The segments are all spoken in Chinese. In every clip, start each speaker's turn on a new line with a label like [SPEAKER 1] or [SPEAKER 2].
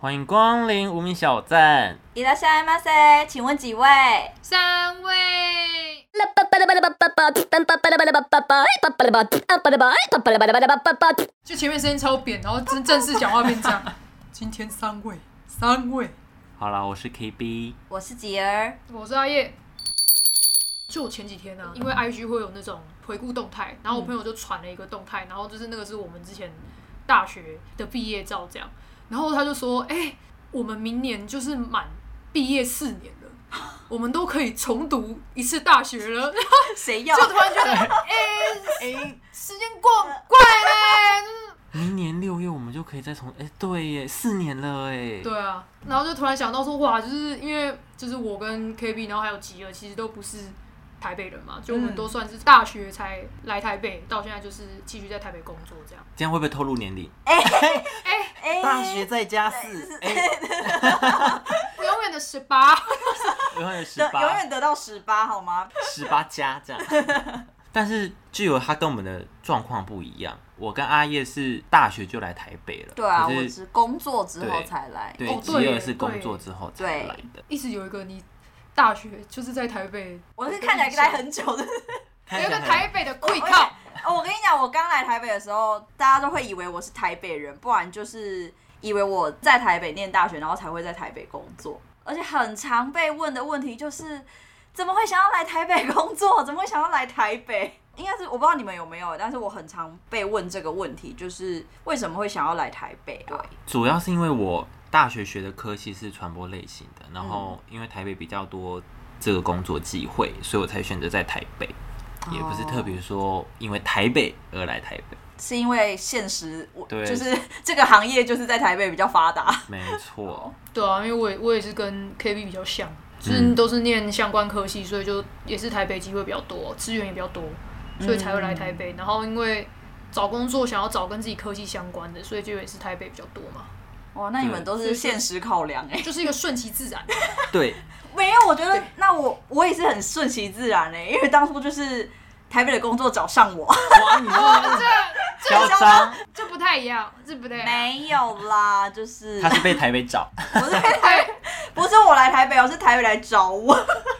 [SPEAKER 1] 欢迎光临无名小站。
[SPEAKER 2] 伊拉下马塞，请问几位？
[SPEAKER 3] 三位，就前面声音超扁，然后真正式讲话变这样。今天三位，三位，
[SPEAKER 1] 好了，我是 KB，
[SPEAKER 2] 我是吉儿。
[SPEAKER 3] 我是阿叶。就我前几天呢、啊嗯因为 IG 会有那种回顾动态，然后我朋友就传了一个动态，然后就是那个是我们之前大学的毕业照这样，然后他就说：“哎、我们明年就是满毕业四年 了，我们都可以重读一次大学了。”
[SPEAKER 2] 谁要
[SPEAKER 3] 就突然觉得， 哎、时间过很快嘞、就是
[SPEAKER 1] 明年六月我们就可以再从哎、对耶，四年了哎，
[SPEAKER 3] 对啊，然后就突然想到说，哇，就是因为就是我跟 KB，然后还有吉儿，其实都不是台北人嘛，就我们
[SPEAKER 2] 嗯
[SPEAKER 3] 都算是大学才来台北，到现在就是继续在台北工作这样。
[SPEAKER 1] 这样会不会透露年龄？
[SPEAKER 2] 哎
[SPEAKER 1] 大学再加四，哎、
[SPEAKER 3] 永远的十八，
[SPEAKER 1] 永远十
[SPEAKER 2] 得
[SPEAKER 1] 八，
[SPEAKER 2] 永远得到十八好吗？
[SPEAKER 1] 十八加这样。 但是就有他跟我们的状况不一样，我跟阿叶是大学就来台北了，
[SPEAKER 2] 对啊，
[SPEAKER 1] 可
[SPEAKER 2] 我
[SPEAKER 1] 是
[SPEAKER 2] 只工作之后
[SPEAKER 1] 对
[SPEAKER 2] 才来。
[SPEAKER 1] 对
[SPEAKER 3] 哦
[SPEAKER 1] 吉
[SPEAKER 3] 对
[SPEAKER 1] 尔
[SPEAKER 3] 耶
[SPEAKER 1] 是工
[SPEAKER 3] 对
[SPEAKER 1] 作之后才
[SPEAKER 2] 对
[SPEAKER 1] 来的，
[SPEAKER 3] 一直有一个你大学就是在台北，
[SPEAKER 2] 我是看起来待很久的。
[SPEAKER 3] 有
[SPEAKER 1] 看
[SPEAKER 3] 一
[SPEAKER 1] 起
[SPEAKER 3] 个
[SPEAKER 1] 来
[SPEAKER 3] 台 北的愧
[SPEAKER 2] 而
[SPEAKER 3] 靠
[SPEAKER 2] 且。哦我跟你讲，我刚来台北的时候，大家都会以为我是台北人，不然就是以为我在台北念大学，然后才会在台北工作。而且很常被问的问题就是，怎么会想要来台北工作？ 怎么会想要来台北？应该是我不知道你们有没有，但是我很常被问这个问题，就是为什么会想要来台北啊？
[SPEAKER 1] 主要是因为我大学学的科系是传播类型的，然后因为台北比较多这个工作机会，所以我才选择在台北，也不是特别说因为台北而来台北。
[SPEAKER 2] 是因为现实，我
[SPEAKER 1] 对
[SPEAKER 2] 就是这个行业就是在台北比较发达。
[SPEAKER 1] 没错，
[SPEAKER 3] 对啊，因为我也我也是跟 KB 比较像，就是
[SPEAKER 1] 嗯
[SPEAKER 3] 都是念相关科系，所以就也是台北机会比较多，资源也比较多，所以才会来台
[SPEAKER 1] 嗯
[SPEAKER 3] 北。然后因为找工作想要找跟自己科技相关的，所以就也是台北比较多嘛，
[SPEAKER 2] 哇，那你们都
[SPEAKER 3] 对
[SPEAKER 2] 是现实考量哎、
[SPEAKER 3] 就是一个顺其自然。
[SPEAKER 1] 对，
[SPEAKER 2] 没有，我觉得那我我也是很顺其自然嘞、因为当初就是台北的工作找上我，
[SPEAKER 1] 哇，你
[SPEAKER 3] 哦，这
[SPEAKER 1] 嚣张，
[SPEAKER 3] 这这不太一样，这不太一样。
[SPEAKER 2] 没有啦，就是
[SPEAKER 1] 他是被台北 找，
[SPEAKER 2] 不是不是我来台北，我是台北来找我，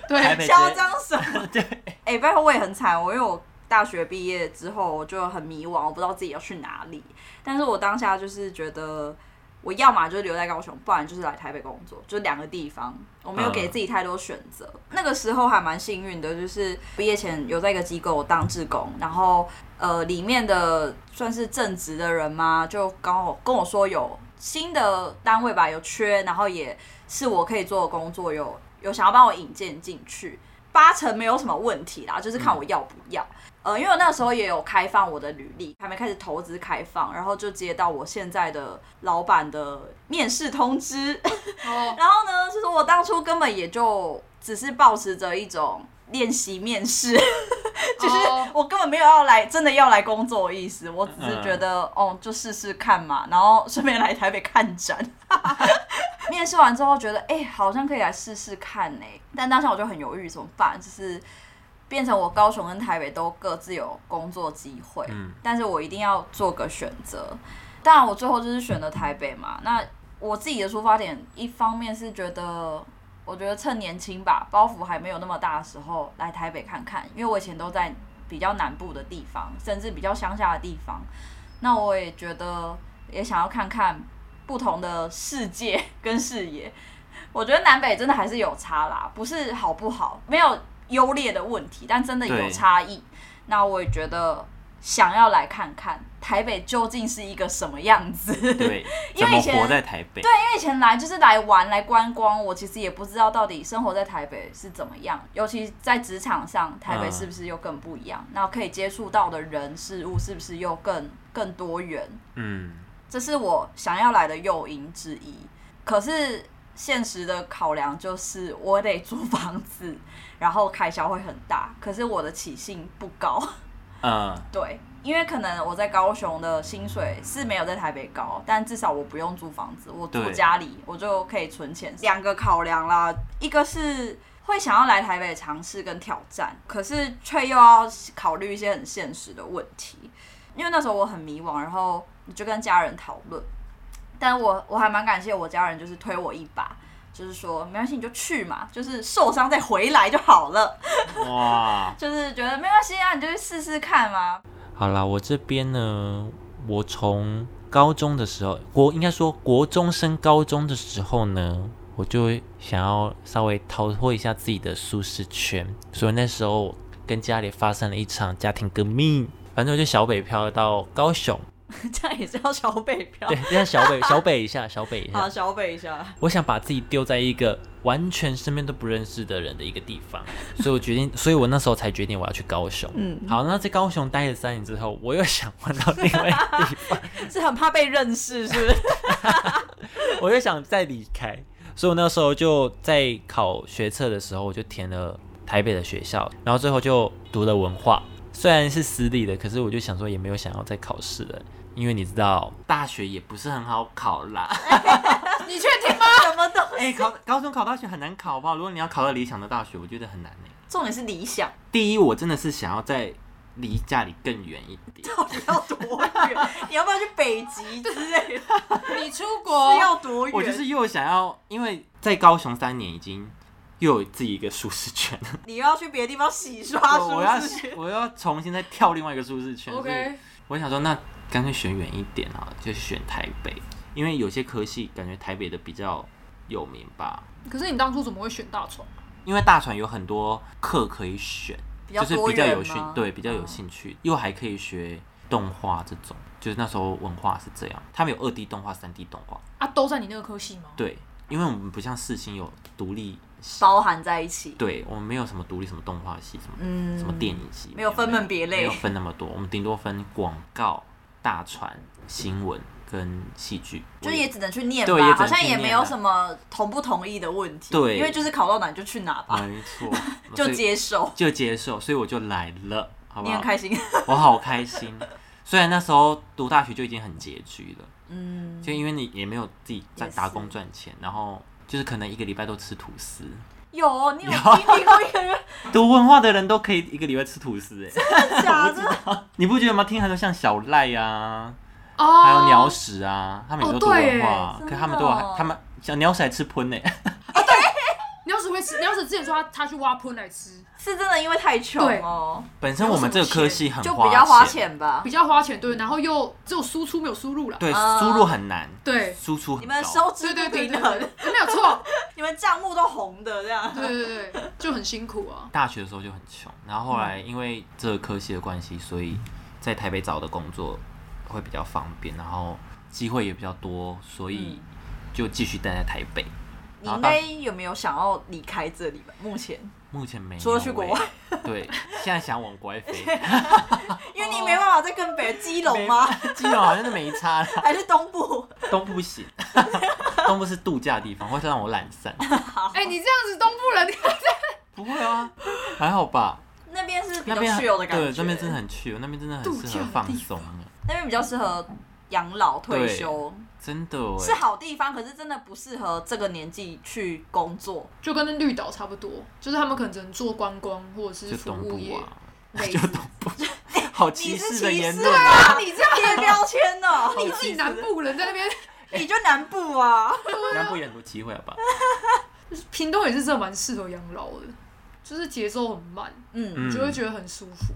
[SPEAKER 3] 对
[SPEAKER 1] 台
[SPEAKER 3] 对，
[SPEAKER 1] 北直接
[SPEAKER 2] 嚣张什么？
[SPEAKER 1] 对，
[SPEAKER 2] 哎、拜托我也很惨，我因为我大学毕业之后我就很迷惘，我不知道自己要去哪里，但是我当下就是觉得。我要么就是留在高雄，不然就是来台北工作，就两个地方，我没有给
[SPEAKER 1] 嗯
[SPEAKER 2] 自己太多选择。那个时候还蛮幸运的，就是毕业前有在一个机构当志工，然后呃，里面的算是正职的人嘛，就刚好跟我说有新的单位吧，有缺，然后也是我可以做的工作，有有想要帮我引荐进去，八成没有什么问题啦，就是看我要不要。呃，因为我那时候也有开放我的履历，还没开始投资开放，然后就接到我现在的老板的面试通知，
[SPEAKER 3] 哦，
[SPEAKER 2] 然后呢，就是我当初根本也就只是保持着一种练习面试， 就是
[SPEAKER 3] 哦
[SPEAKER 2] 我根本没有要来真的要来工作的意思，我只是觉得、哦，就试试看嘛，然后顺便来台北看展。 面试完之后觉得，哎、好像可以来试试看呢、但当下我就很犹豫，怎么办？就是变成我高雄跟台北都各自有工作机会，
[SPEAKER 1] 嗯
[SPEAKER 2] 但是我一定要做个选择。当然，我最后就是选了台北嘛。那我自己的出发点，一方面是觉得，我觉得趁年轻吧，包袱还没有那么大的时候来台北看看，因为我以前都在比较南部的地方，甚至比较乡下的地方。那我也觉得，也想要看看不同的世界 跟视野。我觉得南北真的还是有差啦，不是好不好，没有优劣的问题，但真的有
[SPEAKER 1] 对
[SPEAKER 2] 差异。那我也觉得想要来看看台北究竟是一个什么样子。
[SPEAKER 1] 对，
[SPEAKER 2] 因
[SPEAKER 1] 怎
[SPEAKER 2] 为
[SPEAKER 1] 么
[SPEAKER 2] 以前
[SPEAKER 1] 活在台北？
[SPEAKER 2] 因为以前来就是来玩来观光，我其实也不知道到底生活在台北是怎么样，尤其在职场上，台北
[SPEAKER 1] 嗯
[SPEAKER 2] 是不是又更不一样？那可以接触到的人事物是不是又更更多元？
[SPEAKER 1] 嗯，
[SPEAKER 2] 这是我想要来的诱因之一。可是现实的考量就是，我得租房子，然后开销会很大，可是我的起薪不高。
[SPEAKER 1] 呃，
[SPEAKER 2] 对，因为可能我在高雄的薪水是没有在台北高，但至少我不用租房子，我住
[SPEAKER 1] 对
[SPEAKER 2] 家里，我就可以存钱。两个考量啦，一个是会想要来台北尝试跟挑战，可是却又要考虑一些很现实的问题。因为那时候我很迷惘，然后就跟家人讨论，但我 我还蛮感谢我家人，就是推我一把，就是说没关系你就去嘛，就是受伤再回来就好了，
[SPEAKER 1] 哇，
[SPEAKER 2] 就是觉得没关系啊，你就去试试看嘛。
[SPEAKER 1] 好啦，我这边呢，我从高中的时候，国应该说国中升高中的时候呢，我就会想要稍微逃脱一下自己的舒适圈，所以那时候跟家里发生了一场家庭革命，反正我就小北漂到高雄，
[SPEAKER 2] 这样也是要小北漂
[SPEAKER 1] 对，，让小 北小北一下，小北一
[SPEAKER 2] 好
[SPEAKER 1] 下，
[SPEAKER 2] 小北一下。
[SPEAKER 1] 我想把自己丢在一个完全身边都不认识的人的一个地方，所以我决定，所以我那时候才决定我要去高雄。
[SPEAKER 2] 嗯，
[SPEAKER 1] 好，那在高雄待了三年之后，我又想换到另外一个地方。
[SPEAKER 2] 是很怕被认识，是 不是？
[SPEAKER 1] 我就想再离开，所以我那时候就在考学测的时候，我就填了台北的学校，然后最后就读了文化，虽然是私立的，可是我就想说也没有想要再考试了，因为你知道大学也不是很好考啦，
[SPEAKER 3] 你确定吗？
[SPEAKER 2] 什么都，
[SPEAKER 1] 哎、考高中考大学很难考吧？如果你要考到理想的大学，我觉得很难呢、
[SPEAKER 2] 重点是理想
[SPEAKER 1] 第一，我真的是想要再离家里更远一点，
[SPEAKER 2] 到底要多远？ 你要不要去北极之类的？是
[SPEAKER 3] 你出国
[SPEAKER 2] 要多远？
[SPEAKER 1] 哦我就是又想要，因为在高雄三年已经又有自己一个舒适圈。
[SPEAKER 2] 你又要去别的地方洗刷
[SPEAKER 1] 我我
[SPEAKER 2] 舒适圈
[SPEAKER 1] 要我要重新再跳另外一个舒适圈。所以
[SPEAKER 3] ？OK，
[SPEAKER 1] 我想说，那干脆选远一点啊，就选台北，因为有些科系感觉台北的比较有名吧。
[SPEAKER 3] 可是你当初怎么会选大船？
[SPEAKER 1] 因为大船有很多课可以选，
[SPEAKER 2] 比较
[SPEAKER 1] 就是
[SPEAKER 2] 多
[SPEAKER 1] 比较
[SPEAKER 2] 元
[SPEAKER 1] 有兴
[SPEAKER 2] 吗，
[SPEAKER 1] 对，比较有
[SPEAKER 2] 嗯
[SPEAKER 1] 兴趣，又还可以学动画这种。就是那时候文化是这样，他们有二 D 动画、三 D 动画，
[SPEAKER 3] 啊，都在你那个科系吗？
[SPEAKER 1] 对，因为我们不像世新有独立系，
[SPEAKER 2] 包含在一起。
[SPEAKER 1] 对我们没有什么独立什么动画系什么
[SPEAKER 2] 嗯
[SPEAKER 1] 什么电影系，
[SPEAKER 2] 没有分门别类
[SPEAKER 1] 没有分那么多，我们顶多分广告、大传、新闻跟戏剧，
[SPEAKER 2] 就是也只能去念
[SPEAKER 1] 对也只能
[SPEAKER 2] 吧，好像
[SPEAKER 1] 去
[SPEAKER 2] 也
[SPEAKER 1] 念
[SPEAKER 2] 没有
[SPEAKER 1] 啊
[SPEAKER 2] 什么同不同意的问题。
[SPEAKER 1] 对
[SPEAKER 2] 因为就是考到哪你就去哪吧，，
[SPEAKER 1] 没错
[SPEAKER 2] 就
[SPEAKER 1] 所以
[SPEAKER 2] 接受。
[SPEAKER 1] 就接受，所以我就来了，好不
[SPEAKER 2] 你很
[SPEAKER 1] 好？
[SPEAKER 2] 开心，
[SPEAKER 1] 我好开心。虽然那时候读大学就已经很拮据了，
[SPEAKER 2] 嗯，
[SPEAKER 1] 就因为你也没有自己在
[SPEAKER 2] 也是
[SPEAKER 1] 打工赚钱，然后就是可能一个礼拜都吃吐司。
[SPEAKER 2] 有你有
[SPEAKER 1] 啊
[SPEAKER 2] 经历过一 个人
[SPEAKER 1] 读文化的人都可以一个礼拜吃吐司、哎，
[SPEAKER 2] 假的，
[SPEAKER 1] 你不觉得吗？听很多像小赖啊，
[SPEAKER 3] 哦，
[SPEAKER 1] 还有鸟屎啊，他们也都
[SPEAKER 3] 哦
[SPEAKER 1] 读文
[SPEAKER 3] 对
[SPEAKER 1] 化
[SPEAKER 3] 哎
[SPEAKER 1] 啊，
[SPEAKER 2] 真
[SPEAKER 1] 可
[SPEAKER 2] 的
[SPEAKER 1] 他们都有
[SPEAKER 2] 哦，
[SPEAKER 1] 他们小鸟屎还吃喷呢、
[SPEAKER 3] 哦鸟屎会吃，鸟屎之前说他他去挖喷来吃，
[SPEAKER 2] 是真的因为太穷
[SPEAKER 3] 对
[SPEAKER 2] 哦，
[SPEAKER 1] 本身我们这个科系很
[SPEAKER 2] 就比较花
[SPEAKER 1] 钱，
[SPEAKER 2] 钱吧
[SPEAKER 3] 比。较花钱，对，然后又只有输出没有输入了，
[SPEAKER 1] 对，
[SPEAKER 2] 嗯
[SPEAKER 1] 输入很难，
[SPEAKER 3] 对，
[SPEAKER 1] 输出很
[SPEAKER 2] 你们
[SPEAKER 1] 高
[SPEAKER 2] 收支
[SPEAKER 3] 对
[SPEAKER 2] 不
[SPEAKER 3] 对对
[SPEAKER 2] 平
[SPEAKER 3] 对，
[SPEAKER 2] 衡
[SPEAKER 3] 对，对没有错，
[SPEAKER 2] 你们账目都红的这样。
[SPEAKER 3] 对对对，就很辛苦啊。
[SPEAKER 1] 大学的时候就很穷，然后后
[SPEAKER 2] 嗯
[SPEAKER 1] 来因为这个科系的关系，所以在台北找的工作会比较方便，然后机会也比较多，所
[SPEAKER 2] 嗯
[SPEAKER 1] 以就继续待在台北。
[SPEAKER 2] 你应该有没有想要离开这里吧？目前，
[SPEAKER 1] 目前没有、
[SPEAKER 2] 除了去国外
[SPEAKER 1] 欸，对，现在想往国外 飞，
[SPEAKER 2] 因为你没办法再跟北基隆吗？
[SPEAKER 1] 基隆好像是没差了，
[SPEAKER 2] 还是东部？
[SPEAKER 1] 东部行， 东部是度假的地方，会让我懒散。
[SPEAKER 3] 哎，你这样子东部人，
[SPEAKER 1] 不会啊，还好吧。
[SPEAKER 2] 那边是比
[SPEAKER 1] 那
[SPEAKER 2] 较
[SPEAKER 1] 边很
[SPEAKER 2] 自由的感
[SPEAKER 1] 对，
[SPEAKER 2] 觉，
[SPEAKER 1] 那边真的很去，那边真的很
[SPEAKER 3] 度
[SPEAKER 1] 适合
[SPEAKER 3] 假的
[SPEAKER 1] 放
[SPEAKER 3] 地
[SPEAKER 1] 松啊，
[SPEAKER 2] 那边比较适合养老退休，
[SPEAKER 1] 真的哎。
[SPEAKER 2] 是啊好地方，可是真的不适合这个年纪去工 作，
[SPEAKER 3] 就跟那绿岛差不多，就是他们可能只能做观光或者是
[SPEAKER 1] 就
[SPEAKER 3] 服
[SPEAKER 1] 东
[SPEAKER 3] 务
[SPEAKER 1] 部
[SPEAKER 3] 业。
[SPEAKER 1] 啊，
[SPEAKER 2] 类
[SPEAKER 1] 就
[SPEAKER 2] 似
[SPEAKER 1] 东部，好歧视的言论啊！
[SPEAKER 2] 啊！
[SPEAKER 3] 你这样
[SPEAKER 2] 贴标签哦呢？
[SPEAKER 3] 你自己南部人在那边，
[SPEAKER 2] 你就南部啊，
[SPEAKER 1] 南部有很多机会，好吧？
[SPEAKER 3] 屏东也是真的蛮适合养老的，就是节奏很慢，
[SPEAKER 2] 嗯，
[SPEAKER 1] 嗯
[SPEAKER 3] 你就会觉得很舒服，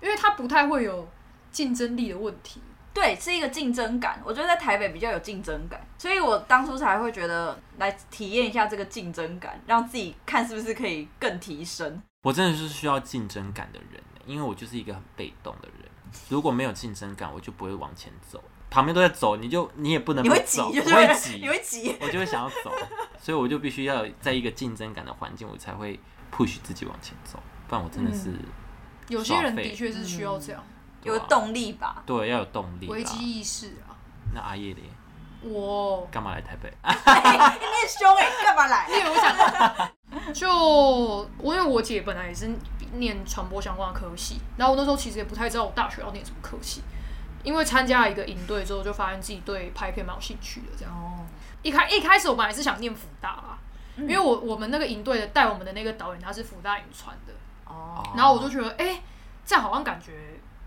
[SPEAKER 3] 因为它不太会有竞争力的问题。
[SPEAKER 2] 对，是一个竞争感。我觉得在台北比较有竞争感，所以我当初才会觉得来体验一下这个竞争感，让自己看是不是可以更提升。
[SPEAKER 1] 我真的是需要竞争感的人，欸因为我就是一个很被动的人。如果没有竞争感，我就不会往前走。旁边都在走，你就你也不能
[SPEAKER 2] 你
[SPEAKER 1] 不
[SPEAKER 2] 会急
[SPEAKER 1] 走，，
[SPEAKER 2] 就
[SPEAKER 1] 我
[SPEAKER 2] 是
[SPEAKER 1] 会啊急
[SPEAKER 2] 你，会急。
[SPEAKER 1] 我就会想要走，所以我就必须要有在一个竞争感的环境，我才会 push 自己往前走。不然我真的是、
[SPEAKER 2] 嗯
[SPEAKER 3] 有些人
[SPEAKER 1] 耍废
[SPEAKER 3] 的确是需要这样，
[SPEAKER 1] 对
[SPEAKER 2] 有
[SPEAKER 1] 啊
[SPEAKER 2] 动力吧？
[SPEAKER 1] 嗯对要有动力
[SPEAKER 3] 危
[SPEAKER 1] 啦
[SPEAKER 3] 机。意识啊。
[SPEAKER 1] 那阿叶嘞，
[SPEAKER 3] 我
[SPEAKER 1] 干嘛来台北？
[SPEAKER 2] 哎你很凶哎、干嘛来？
[SPEAKER 3] 因为我想， 就我因为我姐本来也是念传播相关的科系，然后我那时候其实也不太知道我大学要念什么科系，因为参加了一个营队之后，就发现自己对拍片蛮有兴趣的。这样，
[SPEAKER 2] 哦，
[SPEAKER 3] 一开一开始我本来是想念福大啦，因为我我们那个营队的带我们的那个导演他是福大影传的，
[SPEAKER 2] 哦，
[SPEAKER 3] 然后我就觉得，哎、这样好像感觉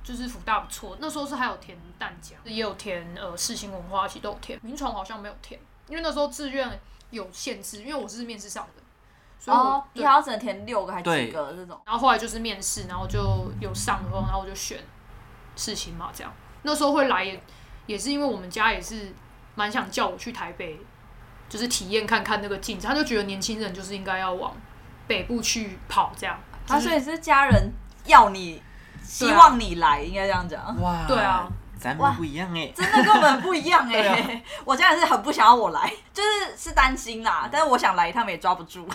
[SPEAKER 3] 就是福大不错，那时候是还有填淡江，也有填呃世新文化系都有填，民传好像没有填，因为那时候志愿有限制，因为我是面试上的，所以我、
[SPEAKER 2] 哦，
[SPEAKER 3] 对
[SPEAKER 2] 你好像只能填六个还
[SPEAKER 1] 对
[SPEAKER 2] 几个这种，
[SPEAKER 3] 然后后来就是面试，然后就有上的话，然后我就选世新嘛，这样。那时候会来也也是因为我们家也是蛮想叫我去台北，就是体验看看那个镜子，他就觉得年轻人就是应该要往北部去跑这样。
[SPEAKER 2] 啊，
[SPEAKER 3] 就是
[SPEAKER 2] 所以是家人要你，希
[SPEAKER 1] 啊
[SPEAKER 2] 望你来，应该这样讲。
[SPEAKER 1] 哇，
[SPEAKER 3] 对啊，
[SPEAKER 1] 咱
[SPEAKER 2] 哇
[SPEAKER 1] 们不一样哎，
[SPEAKER 2] 真的跟我们不一样哎、
[SPEAKER 1] 对啊
[SPEAKER 2] 我家人是很不想要我来，就是是担心啦，但是我想来他们也抓不住。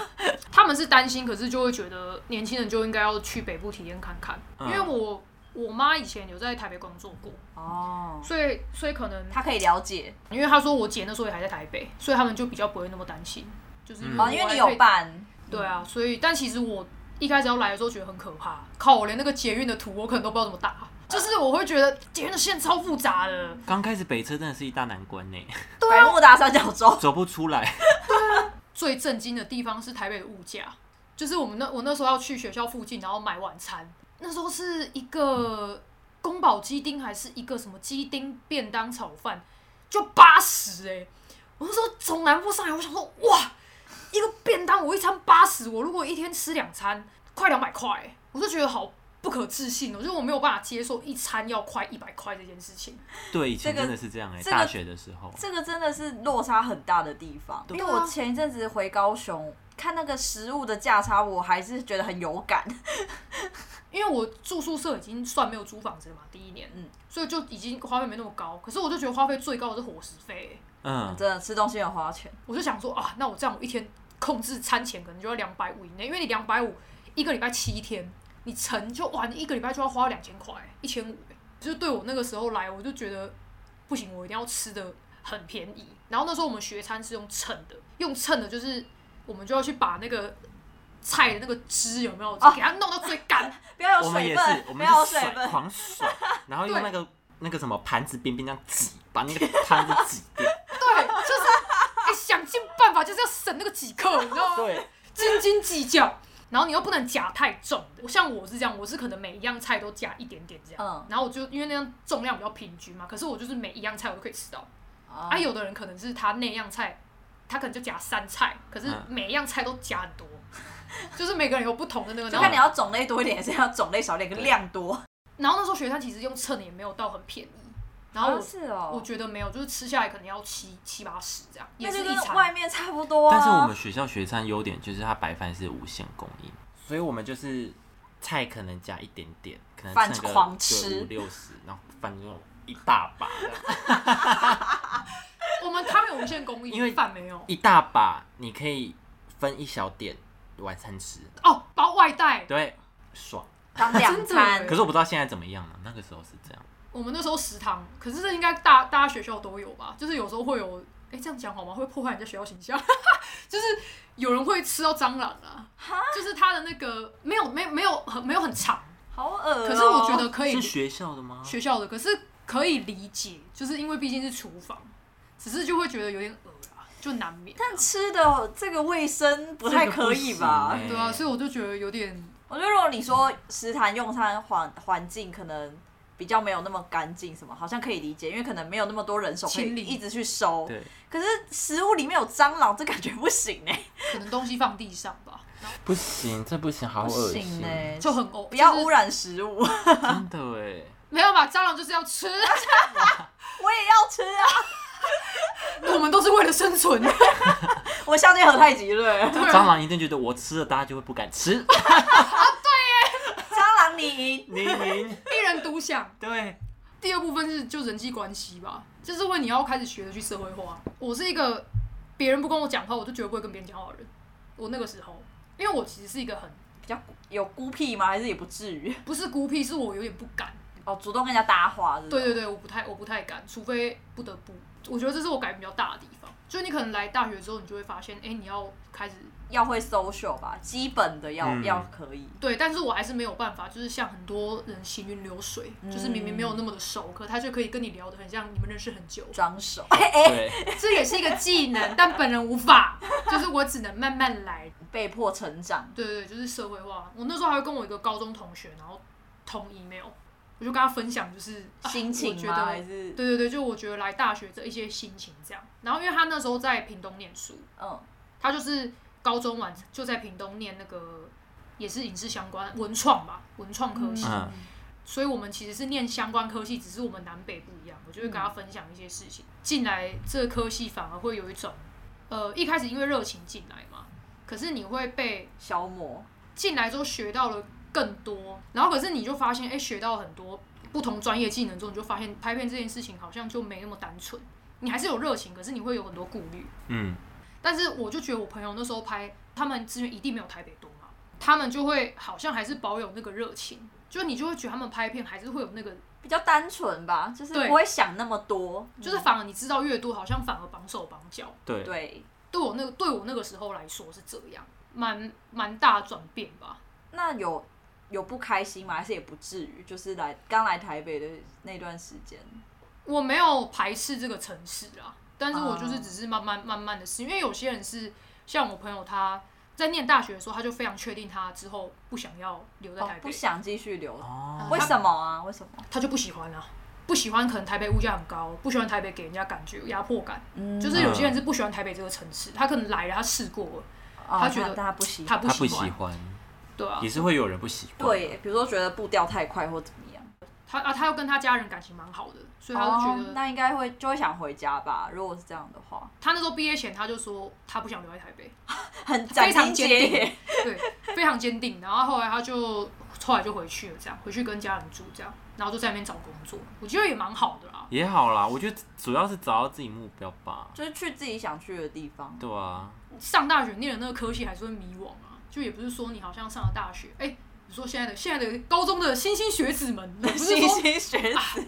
[SPEAKER 3] 他们是担心，可是就会觉得年轻人就应该要去北部体验看看，因为
[SPEAKER 1] 嗯
[SPEAKER 3] 我我妈以前有在台北工作过，
[SPEAKER 2] 哦，
[SPEAKER 3] 所以所以可能
[SPEAKER 2] 他可以了解
[SPEAKER 3] 因为她说我姐那时候也还在台北，所以他们就比较不会那么担心，就是
[SPEAKER 1] 嗯
[SPEAKER 2] 哦，
[SPEAKER 3] 我
[SPEAKER 2] 因为
[SPEAKER 3] 还
[SPEAKER 2] 你
[SPEAKER 3] 可
[SPEAKER 2] 有
[SPEAKER 3] 以
[SPEAKER 2] 办，
[SPEAKER 3] 对啊，所以但其实我一开始要来的时候觉得很可怕，靠，我连那个捷运的图我可能都不知道怎么打，就是我会觉得捷运的线超复杂的，
[SPEAKER 1] 刚开始北车真的是一大难关呢，
[SPEAKER 3] 啊
[SPEAKER 2] 百慕达三角洲，
[SPEAKER 1] 走不出来。
[SPEAKER 3] 最震惊的地方是台北的物价，就是我们那我那时候要去学校附近，然后买晚餐，那时候是一个宫保鸡丁还是一个什么鸡丁便当炒饭，就八十哎，我那时候从南部上来，我想说哇，一个便当我一餐八十，我如果一天吃两餐，快两百块欸，我就觉得好。不可置信哦，就是我没有办法接受一餐要快一百块这件事情。
[SPEAKER 1] 对，以前
[SPEAKER 2] 这个
[SPEAKER 1] 真的是这样哎，
[SPEAKER 2] 这个
[SPEAKER 1] 大学的时候，
[SPEAKER 2] 这个真的是落差很大的地方。因
[SPEAKER 3] 对
[SPEAKER 2] 为
[SPEAKER 3] 啊
[SPEAKER 2] 我前一阵子回高雄看那个食物的价差，我还是觉得很有感。
[SPEAKER 3] 因为我住宿舍已经算没有租房子了嘛，第一年，
[SPEAKER 2] 嗯
[SPEAKER 3] 所以就已经花费没那么高。可是我就觉得花费最高的是伙食费欸、
[SPEAKER 1] 嗯，
[SPEAKER 2] 真的吃东西很花钱，
[SPEAKER 3] 我就想说啊，那我这样我一天控制餐钱可能就要两百五以内，因为你两百五一个礼拜七天，你乘就哇，你一个礼拜就要花两千块，一千五，就对我那个时候来，我就觉得不行，我一定要吃的很便宜。然后那时候我们学餐是用称的，用称的就是我们就要去把那个菜的那个汁有没有
[SPEAKER 2] 哦
[SPEAKER 3] 给它弄到最干，
[SPEAKER 2] 不要有
[SPEAKER 1] 我们也
[SPEAKER 2] 水
[SPEAKER 1] 是
[SPEAKER 2] 分，，
[SPEAKER 1] 我
[SPEAKER 2] 不
[SPEAKER 1] 们
[SPEAKER 2] 要有
[SPEAKER 1] 是
[SPEAKER 2] 水
[SPEAKER 1] 甩
[SPEAKER 2] 分。
[SPEAKER 1] 狂甩，然后用
[SPEAKER 3] 对
[SPEAKER 1] 那个那个什么盘子边边这样挤，把那个汤子挤掉。
[SPEAKER 3] 对，就是、哎想尽办法就是要省那个几克，你知道吗？
[SPEAKER 1] 对，
[SPEAKER 3] 斤斤计较，然后你又不能夹太重的。像我是这样，我是可能每一样菜都夹一点点这样，
[SPEAKER 2] 嗯，
[SPEAKER 3] 然后我就因为那样重量比较平均嘛，可是我就是每一样菜我都可以吃到。
[SPEAKER 2] 啊
[SPEAKER 3] 啊，有的人可能是他那样菜，他可能就夹三菜，可是
[SPEAKER 1] 嗯
[SPEAKER 3] 每一样菜都夹很多， 就是每个人有不同的那个。
[SPEAKER 2] 就
[SPEAKER 3] 然
[SPEAKER 2] 看你
[SPEAKER 3] 后
[SPEAKER 2] 要种类多一点，还是要种类少一点，跟量多。
[SPEAKER 3] 然后那时候学餐其实用秤的也没有到很便宜，然后
[SPEAKER 2] 啊
[SPEAKER 3] 我、
[SPEAKER 2] 是哦，
[SPEAKER 3] 我觉得没有，就是吃下来可能要七七八十这样，也
[SPEAKER 2] 那
[SPEAKER 3] 是
[SPEAKER 2] 就
[SPEAKER 3] 一
[SPEAKER 2] 跟
[SPEAKER 3] 餐。
[SPEAKER 2] 外面差不多啊。
[SPEAKER 1] 但是我们学校学餐优点就是它白饭是无限供应，所以我们就是菜可能加一点点，可能
[SPEAKER 2] 饭
[SPEAKER 1] 剩个
[SPEAKER 2] 狂吃
[SPEAKER 1] 对五六十，然后饭就一大把 这样，
[SPEAKER 3] 我们汤有无限供应，
[SPEAKER 1] 因为
[SPEAKER 3] 饭没有
[SPEAKER 1] 一大把你可以分一小点晚餐吃，
[SPEAKER 3] 哦，包外带。
[SPEAKER 1] 对，爽。
[SPEAKER 2] 当两餐
[SPEAKER 3] 真
[SPEAKER 1] 可是我不知道现在怎么样了，那个时候是这样。
[SPEAKER 3] 我们那时候食堂，可是这应该大大家学校都有吧？就是有时候会有，哎、这样讲好吗？会破坏人家学校形象。 就是有人会吃到蟑螂啊，就是它的那个没有没有没有很没有很长，
[SPEAKER 2] 好恶、哦
[SPEAKER 3] 可是我觉得可以
[SPEAKER 1] 是学校的吗？
[SPEAKER 3] 学校的，可是可以理解，就是因为毕竟是厨房，只是就会觉得有点恶啊，就难免。
[SPEAKER 2] 但吃的这个卫生不太可以吧？
[SPEAKER 1] 这个不行欸
[SPEAKER 3] 对啊，所以我就觉得有点
[SPEAKER 2] 我觉得如果你说食堂用餐环环境可能比较没有那么干净，什么好像可以理解，因为可能没有那么多人手可以
[SPEAKER 3] 清理
[SPEAKER 2] 一直去收。
[SPEAKER 1] 对，
[SPEAKER 2] 可是食物里面有蟑螂，这感觉不行哎、
[SPEAKER 3] 可能东西放地上吧，然后
[SPEAKER 1] 不行，这不行，好
[SPEAKER 2] 不
[SPEAKER 1] 恶
[SPEAKER 2] 行
[SPEAKER 1] 心，啊
[SPEAKER 2] 哎、
[SPEAKER 3] 欸就很恶，
[SPEAKER 2] 不要
[SPEAKER 3] 就是
[SPEAKER 2] 污染食物， 我
[SPEAKER 1] 真的哎。
[SPEAKER 3] 没有吧？蟑螂就是要吃，
[SPEAKER 2] 也要吃啊！
[SPEAKER 3] 我们都是为了生 存。
[SPEAKER 2] 我相信何太极了，
[SPEAKER 3] 对
[SPEAKER 1] 蟑螂一定觉得我吃了，大家就会不敢 吃。
[SPEAKER 2] 蟑螂你赢，
[SPEAKER 1] 你赢，
[SPEAKER 3] 一人独享。
[SPEAKER 1] 对，
[SPEAKER 3] 第二部分是就人际关系吧，就是问你要开始学着去社会化。我是一个别人不跟我讲话，我就绝对不会跟别人讲话的人。我那个时候，因为我其实是一个很
[SPEAKER 2] 比较有孤僻吗？还是也不至于？
[SPEAKER 3] 不是孤僻，是我有点不敢。
[SPEAKER 2] 哦，主动跟人家搭话，
[SPEAKER 3] 对对
[SPEAKER 2] 对，
[SPEAKER 3] 对，我不太我不太敢，除非不得不。我觉得这是我改变比较大的地方。就你可能来大学之后，你就会发现，哎、你要开始
[SPEAKER 2] 要会 social 吧，基本的要、
[SPEAKER 1] 嗯
[SPEAKER 2] 要可以。
[SPEAKER 3] 对，但是我还是没有办法，就是像很多人行云流水，就是明明没有那么的熟，可他就可以跟你聊得很像你们认识很久。
[SPEAKER 2] 装熟，
[SPEAKER 1] 对，
[SPEAKER 3] 这也是一个技能， 但本人无法，就是我只能慢慢来。
[SPEAKER 2] 被迫成长，
[SPEAKER 3] 对对，对就是社会化。我那时候还会跟我一个高中同学，然后通 email，我就跟他分享就是、啊
[SPEAKER 2] 心情
[SPEAKER 3] 我觉
[SPEAKER 2] 吗？
[SPEAKER 3] 得
[SPEAKER 2] 还是
[SPEAKER 3] 对对对，就我觉得来大学这一些心情这样。然后因为他那时候在屏东念书，
[SPEAKER 2] 嗯
[SPEAKER 3] 他就是高中完就在屏东念那个也是影视相关文创吧，文创科系。
[SPEAKER 1] 嗯
[SPEAKER 3] 所以我们其实是念相关科系，只是我们南北不一样。我就会跟他分享一些事情。进来这科系反而会有一种，呃，一开始因为热情进来嘛，可是你会被
[SPEAKER 2] 消磨？
[SPEAKER 3] 进来之后学到了更多，然后可是你就发现，哎、学到很多不同专业技能之后，你就发现拍片这件事情好像就没那么单纯。你还是有热情，可是你会有很多顾虑。
[SPEAKER 1] 嗯，
[SPEAKER 3] 但是我就觉得我朋友那时候拍，他们资源一定没有台北多嘛，他们就会好像还是保有那个热情，就你就会觉得他们拍片还是会有那个
[SPEAKER 2] 比较单纯吧，就是
[SPEAKER 3] 对
[SPEAKER 2] 不会想那么多，嗯
[SPEAKER 3] 就是反而你知道越多，好像反而绑手绑脚。
[SPEAKER 1] 对，
[SPEAKER 2] 对。
[SPEAKER 3] 对我那个对我那个时候来说是这样，蛮蛮大转变吧。
[SPEAKER 2] 那有有不开心吗？还是也不至于？就是来刚来台北的那段时间，
[SPEAKER 3] 我没有排斥这个城市啊，但是我就是
[SPEAKER 2] 哦
[SPEAKER 3] 只是慢慢慢慢的适应，因为有些人是像我朋友他在念大学的时候，他就非常确定他之后不想要留在
[SPEAKER 2] 哦
[SPEAKER 3] 台北，
[SPEAKER 2] 不想继续留，
[SPEAKER 1] 哦，
[SPEAKER 2] 为什么啊？为什么？
[SPEAKER 3] 他就不喜欢啊。不喜欢可能台北物价很高，不喜欢台北给人家感觉有压迫感，
[SPEAKER 2] 嗯
[SPEAKER 3] 就是有些人是不喜欢台北这个城市，他可能来了他试过了，
[SPEAKER 2] 哦
[SPEAKER 3] 他觉得
[SPEAKER 2] 但他不喜
[SPEAKER 3] 他
[SPEAKER 2] 欢，
[SPEAKER 3] 不
[SPEAKER 1] 他不
[SPEAKER 3] 喜
[SPEAKER 1] 喜
[SPEAKER 3] 欢，
[SPEAKER 1] 欢，
[SPEAKER 3] 对啊，
[SPEAKER 1] 也是会有人不喜欢。
[SPEAKER 2] 对，比如说觉得步调太快或怎么样，
[SPEAKER 3] 他啊他又跟他家人感情蛮好的，所以他就觉
[SPEAKER 2] 哦
[SPEAKER 3] 得，
[SPEAKER 2] 那应该会就会想回家吧？如果是这样的 话，
[SPEAKER 3] 他那时候毕业前他就说他不想留在台北，
[SPEAKER 2] 很
[SPEAKER 3] 非常
[SPEAKER 2] 斩钉
[SPEAKER 3] 坚
[SPEAKER 2] 截
[SPEAKER 3] 定
[SPEAKER 2] 铁，
[SPEAKER 3] 对，非常坚定。然后后来他就后来就回去了，这样回去跟家人住这样，然后就在那边找工作，我觉得也蛮好的啦。
[SPEAKER 1] 也好啦，我觉得主要是找到自己目标吧。
[SPEAKER 2] 就是去自己想去的地方。
[SPEAKER 1] 对啊，
[SPEAKER 3] 上大学念的那个科系还是会迷惘啊，就也不是说你好像上了大学，哎、你说现在的现在的高中的新兴学 子们，不是
[SPEAKER 2] 新
[SPEAKER 3] 说
[SPEAKER 2] 兴学子，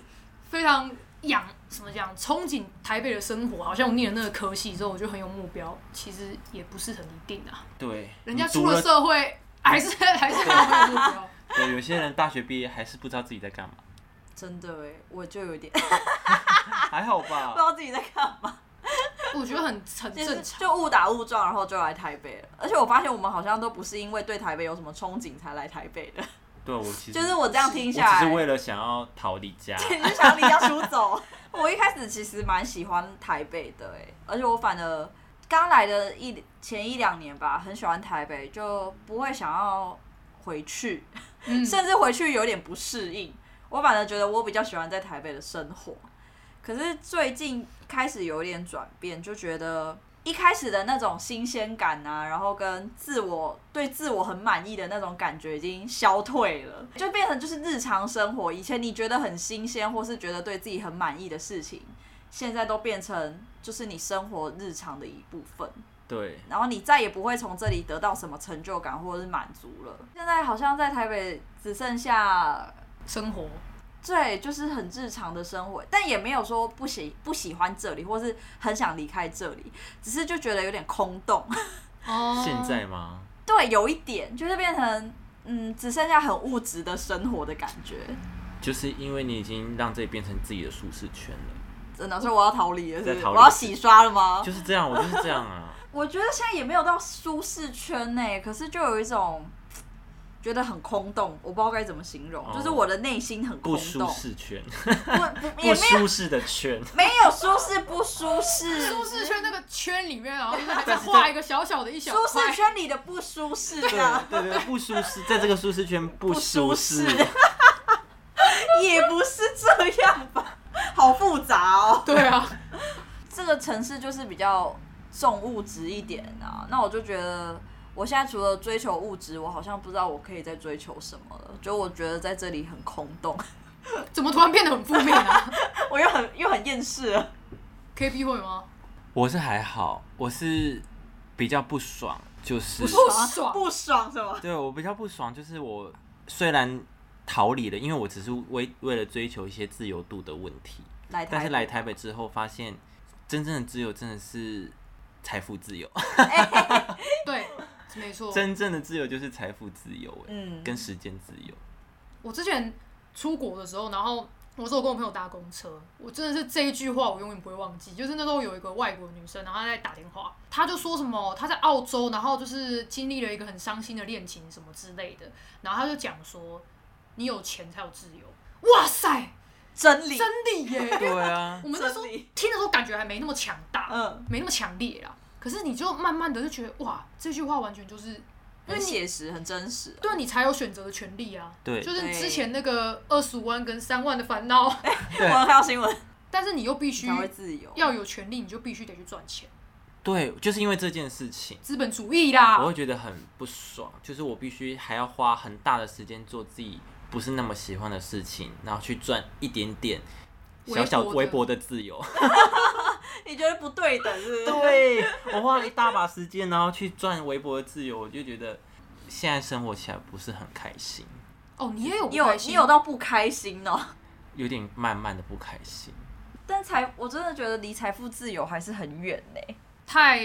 [SPEAKER 3] 非常仰什么讲憧憬台北的生活，好像我念了那个科系之后我就很有目标，其实也不是很一定啊。
[SPEAKER 1] 对，
[SPEAKER 3] 人家
[SPEAKER 1] 你
[SPEAKER 3] 出
[SPEAKER 1] 读
[SPEAKER 3] 了
[SPEAKER 1] 了，
[SPEAKER 3] 社会，还是 还是很有目标。
[SPEAKER 1] 对，有些人大学毕业还是不知道自己在干嘛，
[SPEAKER 2] 真的哎，我就有
[SPEAKER 3] 哦
[SPEAKER 2] 点不知
[SPEAKER 1] 还好吧？
[SPEAKER 2] 道自己在干嘛，
[SPEAKER 3] 我觉得很 很
[SPEAKER 2] 就是
[SPEAKER 3] 正常。
[SPEAKER 2] 就误打误撞，然后就来台北了。而且我发现我们好像都不是因为对台北有什么憧憬才来台北的，
[SPEAKER 1] 对啊我其实
[SPEAKER 2] 就是我这样听
[SPEAKER 1] 我
[SPEAKER 2] 下
[SPEAKER 1] 只
[SPEAKER 2] 来，
[SPEAKER 1] 是为了想要逃离家，
[SPEAKER 2] 你就想离家出走。我一开始其实蛮喜欢台北的、欸，而且我反而刚来的一前一两年吧，很喜欢台北，就不会想要回去，
[SPEAKER 3] 嗯，
[SPEAKER 2] 甚至回去有点不适应。我反而觉得我比较喜欢在台北的生活，可是最近开始有点转变，就觉得一开始的那种新鲜感啊，然后跟自我对自我很满意的那种感觉已经消退了，就变成就是日常生活。以前你觉得很新鲜，或是觉得对自己很满意的事情，现在都变成就是你生活日常的一部分。
[SPEAKER 1] 对，
[SPEAKER 2] 然后你再也不会从这里得到什么成就感或者是满足了。现在好像在台北只剩下
[SPEAKER 3] 生活
[SPEAKER 2] 对，就是很日常的生活，但也没有说不喜不喜欢这里，或是很想离开这里，只是就觉得有点空洞。
[SPEAKER 3] 哦
[SPEAKER 1] 现在吗？
[SPEAKER 2] 对，有一点就是变成嗯，只剩下很物质的生活的感觉。
[SPEAKER 1] 就是因为你已经让这里变成自己的舒适圈了，
[SPEAKER 2] 真的，所以我要逃离了，是不
[SPEAKER 1] 在
[SPEAKER 2] 是？
[SPEAKER 1] 逃离
[SPEAKER 2] 我要洗刷了吗？
[SPEAKER 1] 就是这样，我就是这样啊。
[SPEAKER 2] 我觉得现在也没有到舒适圈内、可是就有一种觉得很空洞，我不知道该怎么形容，
[SPEAKER 1] 哦
[SPEAKER 2] 就是我的内心很空
[SPEAKER 1] 不
[SPEAKER 2] 洞，
[SPEAKER 1] 舒适圈，
[SPEAKER 2] 不不也
[SPEAKER 1] 不
[SPEAKER 2] 没有
[SPEAKER 1] 舒适的圈，
[SPEAKER 2] 没有舒适不舒适，
[SPEAKER 3] 舒适圈那个圈里面，然后就是还在画一个小小的一小
[SPEAKER 2] 舒
[SPEAKER 3] 块
[SPEAKER 2] 适，圈里的不舒适
[SPEAKER 1] 对
[SPEAKER 2] 啊，
[SPEAKER 1] 对对，不舒适，在这个舒适圈不舒适
[SPEAKER 2] 不舒，适也不是这样吧，好复杂哦。
[SPEAKER 3] 对啊，
[SPEAKER 2] 这个城市就是比较重物质一点啊，那我就觉得。我现在除了追求物质，我好像不知道我可以再追求什么了。就我觉得在这里很空洞，
[SPEAKER 3] 怎么突然变得很负面啊
[SPEAKER 2] 我又很又很厌世了。
[SPEAKER 3] ？KB 会吗？
[SPEAKER 1] 我是还好，我是比较不爽，就是
[SPEAKER 3] 不爽
[SPEAKER 2] 不爽什么？
[SPEAKER 1] 对我比较不爽，就是我虽然逃离了，因为我只是为为了追求一些自由度的问题，
[SPEAKER 2] 来台，
[SPEAKER 1] 但是来台北之后发现，真正的自由真的是财富自由，
[SPEAKER 3] 对，没 错。
[SPEAKER 1] 真正的自由就是财富自由，哎、
[SPEAKER 2] 嗯，
[SPEAKER 1] 跟时间自由。
[SPEAKER 3] 我之前出国的时候，然后我说我跟我朋友搭公车，我真的是这一句话我永远不会忘记。就是那时候有一个外国女生，然后她在打电话，她就说什么她在澳洲，然后就是经历了一个很伤心的恋情什么之类的，然后她就讲说你有钱才有自由。哇塞，
[SPEAKER 2] 真理，
[SPEAKER 3] 真理耶！
[SPEAKER 1] 对啊
[SPEAKER 3] 我，们那时候
[SPEAKER 2] 真理
[SPEAKER 3] 听的时候感觉还没那么强大，
[SPEAKER 2] 嗯，
[SPEAKER 3] 没那么强烈啦。可是你就慢慢的就觉得，哇，这句话完全就是因为
[SPEAKER 2] 很
[SPEAKER 3] 你
[SPEAKER 2] 写实，很真实。
[SPEAKER 3] 对啊你才有选择的权利啊。
[SPEAKER 1] 对
[SPEAKER 3] 就是
[SPEAKER 2] 对
[SPEAKER 3] 之前那个二十五万跟三万的 烦恼，
[SPEAKER 2] 我有看到新闻，
[SPEAKER 3] 但是你又必须
[SPEAKER 2] 才会自由。
[SPEAKER 3] 要有权利，你就必须得去赚钱，
[SPEAKER 1] 对，就是因为这件事情，
[SPEAKER 3] 资本主义啦。
[SPEAKER 1] 我会觉得很不爽，就是我必须还要花很大的时间做自己不是那么喜欢的事情，然后去赚一点点小小
[SPEAKER 3] 微
[SPEAKER 1] 微
[SPEAKER 3] 薄
[SPEAKER 1] 薄的自由。
[SPEAKER 2] 你觉得不对等是不是？
[SPEAKER 1] 对，我花了一大把时间，然后去赚微薄的自由，我就觉得现在生活起来不是很开心，
[SPEAKER 3] 哦，你也有
[SPEAKER 2] 你有
[SPEAKER 3] 开心
[SPEAKER 2] 你有到不开心哦。
[SPEAKER 1] 有点慢慢的不开心。
[SPEAKER 2] 但财，我真的觉得离财富自由还是很远呢、
[SPEAKER 3] 太，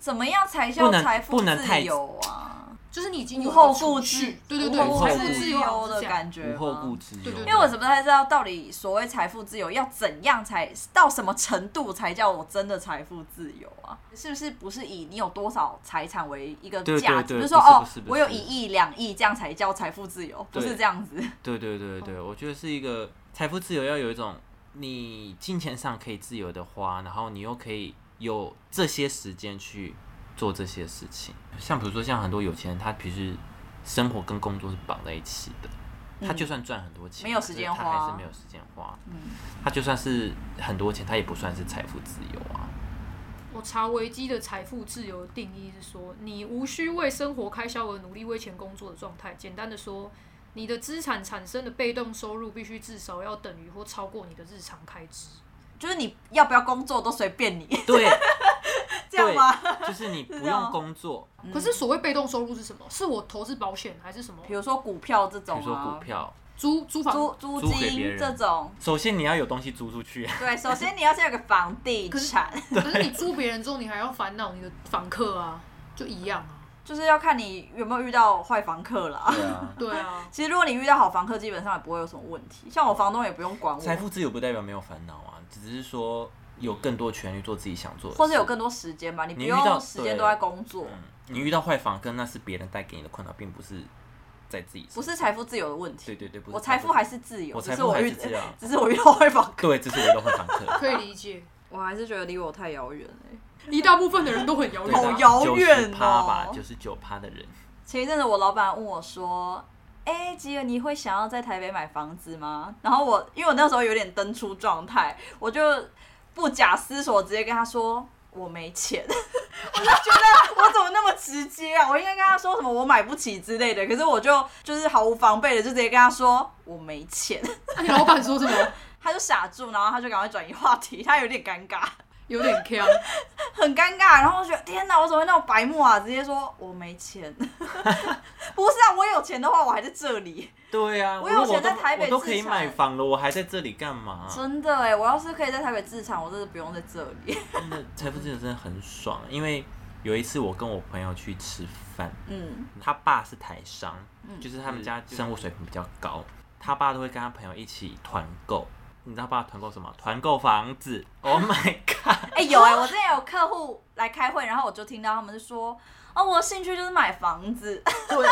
[SPEAKER 2] 怎么样才叫
[SPEAKER 1] 不能
[SPEAKER 2] 财富
[SPEAKER 1] 不能
[SPEAKER 2] 自
[SPEAKER 1] 太
[SPEAKER 2] 由啊？
[SPEAKER 3] 就是你已经有
[SPEAKER 2] 无
[SPEAKER 3] 了
[SPEAKER 2] 后
[SPEAKER 3] 储
[SPEAKER 2] 顾
[SPEAKER 3] 蓄
[SPEAKER 2] 之，
[SPEAKER 3] 对对
[SPEAKER 2] 无
[SPEAKER 3] 对，
[SPEAKER 2] 后
[SPEAKER 1] 无
[SPEAKER 3] 财
[SPEAKER 2] 顾
[SPEAKER 3] 富
[SPEAKER 2] 之
[SPEAKER 3] 自由好
[SPEAKER 2] 忧
[SPEAKER 3] 像是
[SPEAKER 2] 的
[SPEAKER 3] 这样
[SPEAKER 2] 感觉吗，
[SPEAKER 1] 无后顾之忧
[SPEAKER 3] 对对，
[SPEAKER 2] 因为我怎么才知道到底所谓财富自由要怎样才到什么程度才叫我真的财富自由啊？是不是不是以你有多少财产为一个
[SPEAKER 1] 对对
[SPEAKER 2] 价值？
[SPEAKER 1] 对
[SPEAKER 2] 是说
[SPEAKER 1] 不是
[SPEAKER 2] 哦
[SPEAKER 1] 不是，不
[SPEAKER 2] 我有
[SPEAKER 1] 是
[SPEAKER 2] 一亿两亿这样才叫财富自由，不是
[SPEAKER 1] 对
[SPEAKER 2] 这样子。
[SPEAKER 1] 对对对对，
[SPEAKER 2] 哦
[SPEAKER 1] 我觉得是一个财富自由要有一种你金钱上可以自由的花，然后你又可以有这些时间去做这些事情。像比如说，像很多有钱人，他平时生活跟工作是绑在一起的，他就算赚很多钱，
[SPEAKER 2] 嗯没有时间
[SPEAKER 1] 可
[SPEAKER 2] 花嗯
[SPEAKER 1] 是他还是没有时间花。他就算是很多钱，他也不算是财富自由 啊。
[SPEAKER 3] 我查维基的财富自由定义是说，你无需为生活开销而努力为钱工作的状态。简单的说，你的资产产生的被动收入必须至少要等于或超过你的日常开支。
[SPEAKER 2] 就是你要不要工作都随便你，
[SPEAKER 1] 对，
[SPEAKER 2] 这样吗？
[SPEAKER 1] 对，就是 你不
[SPEAKER 2] 这样哦
[SPEAKER 1] 用工作，
[SPEAKER 3] 可是所谓被动收入是什么？是我投资保险还是什么
[SPEAKER 2] 比如说股票这
[SPEAKER 1] 比
[SPEAKER 2] 种
[SPEAKER 1] 如说
[SPEAKER 2] 啊
[SPEAKER 1] 股，票，
[SPEAKER 3] 租租房？
[SPEAKER 2] 租租
[SPEAKER 1] 租给别
[SPEAKER 2] 金
[SPEAKER 1] 人
[SPEAKER 2] 这种。
[SPEAKER 1] 首先你要有东西租出去。啊
[SPEAKER 2] 对，首先你要先有个房地
[SPEAKER 3] 可是
[SPEAKER 2] 产，
[SPEAKER 3] 可是你租别人之后，你还要烦恼你的房客啊，就一样啊。
[SPEAKER 2] 就是要看你有没有遇到坏房客啦。
[SPEAKER 1] 对啊，
[SPEAKER 3] 对啊，
[SPEAKER 2] 其实如果你遇到好房客，基本上也不会有什么问题。像我房东也不用管我，
[SPEAKER 1] 财富自由不代表没有烦恼啊，只是说有更多权利做自己想做的事，
[SPEAKER 2] 或者有更多时间吧，你不
[SPEAKER 1] 你遇到
[SPEAKER 2] 用时间都在工作，
[SPEAKER 1] 嗯你遇到坏房客，那是别人带给你的困扰，并不是在自己身上。
[SPEAKER 2] 不是财富自由的问题。
[SPEAKER 1] 对对对，不是
[SPEAKER 2] 我财富还是自由，
[SPEAKER 1] 我
[SPEAKER 2] 只
[SPEAKER 1] 财
[SPEAKER 2] 是
[SPEAKER 1] 富
[SPEAKER 2] 我
[SPEAKER 1] 还
[SPEAKER 2] 遇，
[SPEAKER 1] 是这样
[SPEAKER 2] 只是我遇到坏房客，
[SPEAKER 1] 对，只是我遇到坏房 客，
[SPEAKER 3] 可以理解。
[SPEAKER 2] 我还是觉得离我太遥远了。欸
[SPEAKER 3] 一大部分的人都很遥
[SPEAKER 1] 对
[SPEAKER 3] 远、
[SPEAKER 2] 好
[SPEAKER 3] 啊。
[SPEAKER 2] 遥远哦
[SPEAKER 1] 90%吧，九十九趴的人，
[SPEAKER 2] 前一阵子我老板问我说。哎、吉尔，你会想要在台北买房子吗？然后我，因为我那时候有点登出状态，我就不假思索直接跟他说我没钱。 我怎么那么直接啊？我应该跟他说什么我买不起之类的，可是我就就是毫无防备的就直接跟他说我没钱，
[SPEAKER 3] 那、你老板说什么？
[SPEAKER 2] 他就傻住，然后他就赶快转移话题，他有点尴尬，
[SPEAKER 3] 有点坑。
[SPEAKER 2] 很尴尬。然后我觉得天哪，我怎么会那么白目啊？直接说我没钱， 不是啊，我有钱的话我还在这里，
[SPEAKER 1] 对啊，
[SPEAKER 2] 我
[SPEAKER 1] 如
[SPEAKER 2] 有
[SPEAKER 1] 果
[SPEAKER 2] 钱在
[SPEAKER 1] 都
[SPEAKER 2] 台北
[SPEAKER 1] 我都
[SPEAKER 2] 自
[SPEAKER 1] 可以
[SPEAKER 2] 产
[SPEAKER 1] 买房了，我还在这里干嘛？
[SPEAKER 2] 真的哎，我要是可以在台北自产，我真的不用在这里。
[SPEAKER 1] 真的财富自由真的很爽，因为有一次我跟我朋友去吃饭，
[SPEAKER 2] 嗯，
[SPEAKER 1] 他爸是台商，就是他们家生活水平比较高，他爸都会跟他朋友一起团购。你知道他爸团购什么？团购房子。Oh my god！
[SPEAKER 2] 哎、有哎、我之前有客户来开会，然后我就听到他们就说，哦，我的兴趣就是买房子。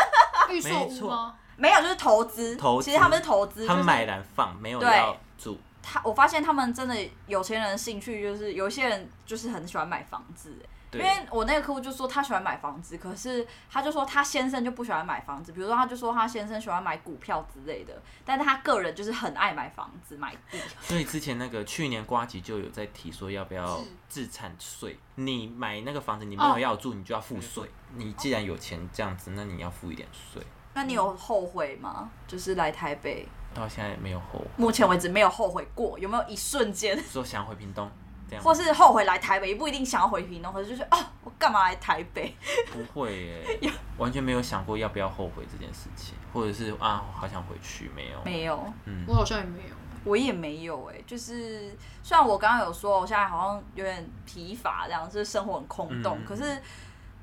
[SPEAKER 3] 预售
[SPEAKER 1] 没
[SPEAKER 3] 屋
[SPEAKER 1] 错
[SPEAKER 3] 吗？
[SPEAKER 2] 没有，就是投资。
[SPEAKER 1] 投资
[SPEAKER 2] 其实他们是投资，
[SPEAKER 1] 他们
[SPEAKER 2] 就是
[SPEAKER 1] 买来放，没有
[SPEAKER 2] 对
[SPEAKER 1] 要住。
[SPEAKER 2] 他。我发现他们真的有钱人的兴趣就是，有一些人就是很喜欢买房子。因
[SPEAKER 1] 对
[SPEAKER 2] 为我那个客户就说他喜欢买房子，可是他就说他先生就不喜欢买房子，比如说他就说他先生喜欢买股票之类的，但是他个人就是很爱买房子买地。
[SPEAKER 1] 所以之前那个去年瓜吉就有在提说要不要自产税。你买那个房子，你没
[SPEAKER 3] 哦
[SPEAKER 1] 有要住，你就要付税。你既然有钱这样子，那你要付一点税。
[SPEAKER 2] 那你有后悔吗？就是来台北，
[SPEAKER 1] 到现在没有后悔，
[SPEAKER 2] 目前为止没有后悔过，有没有一瞬间，
[SPEAKER 1] 说想回屏东这样吗，
[SPEAKER 2] 或是后悔来台北，也不一定想要回屏东，可是就是哦，我干嘛来台北？
[SPEAKER 1] 不会耶，完全没有想过要不要后悔这件事情，或者是啊，好想回去没有？
[SPEAKER 2] 没有，
[SPEAKER 1] 嗯
[SPEAKER 3] 我，好像也没有。
[SPEAKER 2] 我也没有哎、就是虽然我刚刚有说我现在好像有点疲乏，这样就是生活很空洞，
[SPEAKER 1] 嗯
[SPEAKER 2] 可是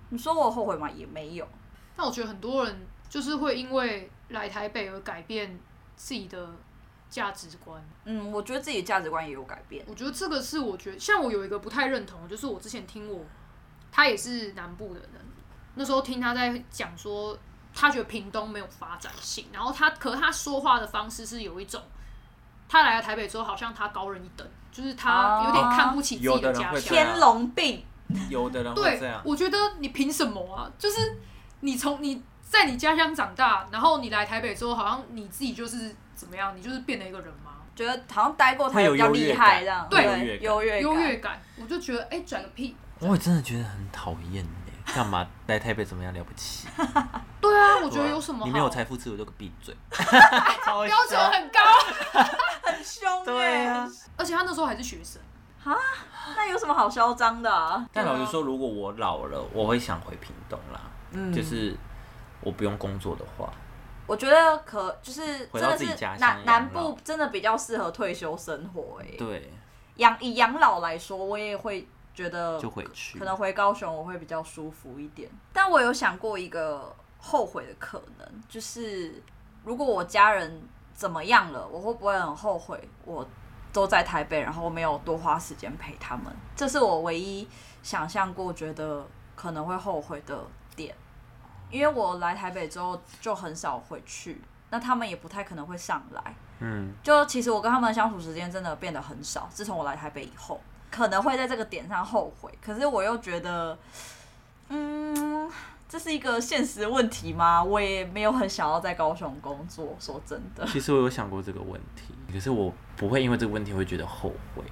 [SPEAKER 2] 你说我后悔吗？也没有。
[SPEAKER 3] 但我觉得很多人就是会因为来台北而改变自己的价值观。
[SPEAKER 2] 嗯，我觉得自己的价值观也有改变。
[SPEAKER 3] 我觉得这个是我觉得，像我有一个不太认同的，就是我之前听我，他也是南部的人，那时候听他在讲说，他觉得屏东没有发展性，然后他可他说话的方式是有一种他来了台北之后，好像他高人一等，就是
[SPEAKER 2] 哦
[SPEAKER 3] 他有点看不起自己
[SPEAKER 1] 有的
[SPEAKER 3] 的
[SPEAKER 1] 人
[SPEAKER 3] 家
[SPEAKER 1] 会
[SPEAKER 3] 乡
[SPEAKER 1] 这。样
[SPEAKER 2] 天龙病，
[SPEAKER 1] 有的人会这
[SPEAKER 3] 对
[SPEAKER 1] 样，，
[SPEAKER 3] 我觉得你凭什么啊？就是你从你在你家乡长大，然后你来台北之后，好像你自己就是怎么样，你就是变了一个人吗？
[SPEAKER 2] 觉得好像待过台北比较厉害这样，
[SPEAKER 1] 会有
[SPEAKER 2] 对，
[SPEAKER 1] 优
[SPEAKER 2] 优越
[SPEAKER 3] 优
[SPEAKER 2] 感。
[SPEAKER 3] 越感，我就觉得哎，拽、个屁！
[SPEAKER 1] 我也真的觉得很讨厌哎，干嘛来台北怎么样了不起？
[SPEAKER 3] 对啊，我觉得有什么好？
[SPEAKER 1] 你没有财富自由就闭嘴，超
[SPEAKER 3] 标准
[SPEAKER 1] 凶
[SPEAKER 3] 很高，
[SPEAKER 2] 很凶
[SPEAKER 1] 对
[SPEAKER 2] 耶、
[SPEAKER 1] 啊。
[SPEAKER 3] 而且他那时候还是学生。
[SPEAKER 2] 那有什么好嚣张的、啊？
[SPEAKER 1] 但老实说，如果我老了，我会想回屏东啦，
[SPEAKER 2] 嗯，
[SPEAKER 1] 就是我不用工作的话，
[SPEAKER 2] 我觉得可就是
[SPEAKER 1] 回
[SPEAKER 2] 真
[SPEAKER 1] 到
[SPEAKER 2] 的
[SPEAKER 1] 自己
[SPEAKER 2] 是
[SPEAKER 1] 家乡
[SPEAKER 2] 南
[SPEAKER 1] 养
[SPEAKER 2] 南
[SPEAKER 1] 老
[SPEAKER 2] 部真的比较适合退休生活哎、
[SPEAKER 1] 对，
[SPEAKER 2] 养以养老来说，我也会觉得
[SPEAKER 1] 就回去
[SPEAKER 2] 可能回高雄我会比较舒服一点。但我有想过一个后悔的可能，就是如果我家人怎么样了，我会不会很后悔我都在台北，然后没有多花时间陪他们？这是我唯一想象过觉得可能会后悔的点，因为我来台北之后就很少回去，那他们也不太可能会上来。
[SPEAKER 1] 嗯，
[SPEAKER 2] 就其实我跟他们的相处时间真的变得很少，自从我来台北以后，可能会在这个点上后悔。可是我又觉得，嗯，这是一个现实问题吗？我也没有很想要在高雄工作，说真的。
[SPEAKER 1] 其实我有想过这个问题，可是我不会因为这个问题会觉得后悔，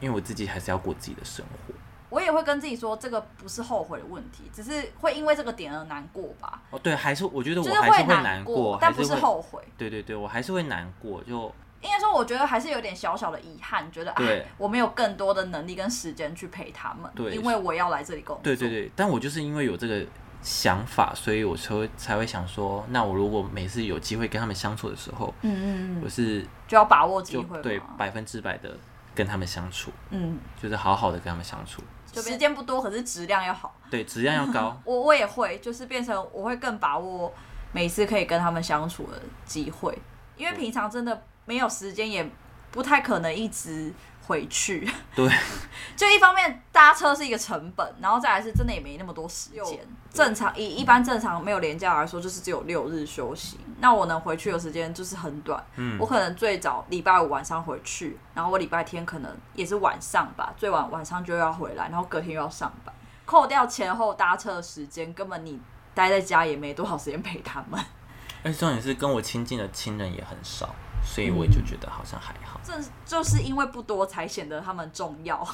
[SPEAKER 1] 因为我自己还是要过自己的生活。
[SPEAKER 2] 我也会跟自己说，这个不是后悔的问题，只是会因为这个点而难过吧，
[SPEAKER 1] 哦，对，还是我觉得
[SPEAKER 2] 就
[SPEAKER 1] 我
[SPEAKER 2] 是
[SPEAKER 1] 还是会
[SPEAKER 2] 难
[SPEAKER 1] 难过，
[SPEAKER 2] 但
[SPEAKER 1] 还
[SPEAKER 2] 不
[SPEAKER 1] 是
[SPEAKER 2] 是
[SPEAKER 1] 会，
[SPEAKER 2] 后悔。
[SPEAKER 1] 对对对，我还是会难过，就
[SPEAKER 2] 应该说，我觉得还是有点小小的遗憾，觉得哎
[SPEAKER 1] 对，
[SPEAKER 2] 我没有更多的能力跟时间去陪他们，
[SPEAKER 1] 对
[SPEAKER 2] 因为我要来这里工作。
[SPEAKER 1] 对对对，但我就是因为有这个想法，所以我才会才会想说，那我如果每次有机会跟他们相处的时候，
[SPEAKER 2] 嗯嗯
[SPEAKER 1] 我
[SPEAKER 2] 嗯，
[SPEAKER 1] 是
[SPEAKER 2] 就要把握机
[SPEAKER 1] 就
[SPEAKER 2] 会嘛。
[SPEAKER 1] 对百分之百的跟他们相处，
[SPEAKER 2] 嗯，
[SPEAKER 1] 就是好好的跟他们相处，
[SPEAKER 2] 时间不多，可是质量要好。，
[SPEAKER 1] 对，质量要高
[SPEAKER 2] 我我也会，就是变成我会更把握每次可以跟他们相处的机会，因为平常真的没有时间，也不太可能一直回去。
[SPEAKER 1] 对，
[SPEAKER 2] 就一方面搭车是一个成本，然后再来是真的也没那么多时间
[SPEAKER 3] 有。
[SPEAKER 2] 正常以一般正常没有连假来说，就是只有六日休息，那我能回去的时间就是很短。
[SPEAKER 1] 嗯
[SPEAKER 2] 我，可能最早礼拜五晚上回去，然后我礼拜天可能也是晚上吧，最晚晚上就要回来，然后隔天又要上班，扣掉前后搭车的时间，根本你待在家也没多少时间陪他们。
[SPEAKER 1] 而且重点是跟我亲近的亲人也很少，所以我
[SPEAKER 2] 嗯
[SPEAKER 1] 就觉得好像还好。
[SPEAKER 2] 正就是因为不多，才显得他们重要。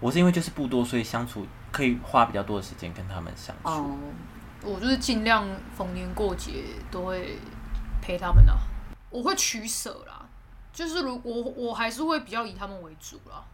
[SPEAKER 1] 我是因为就是不多，所以相处可以花比较多的时间跟他们相处。
[SPEAKER 2] 哦，
[SPEAKER 3] 我就是尽量逢年过节都会陪他们啊，我会取舍啦，就是如我我还是会比较以他们为主啦。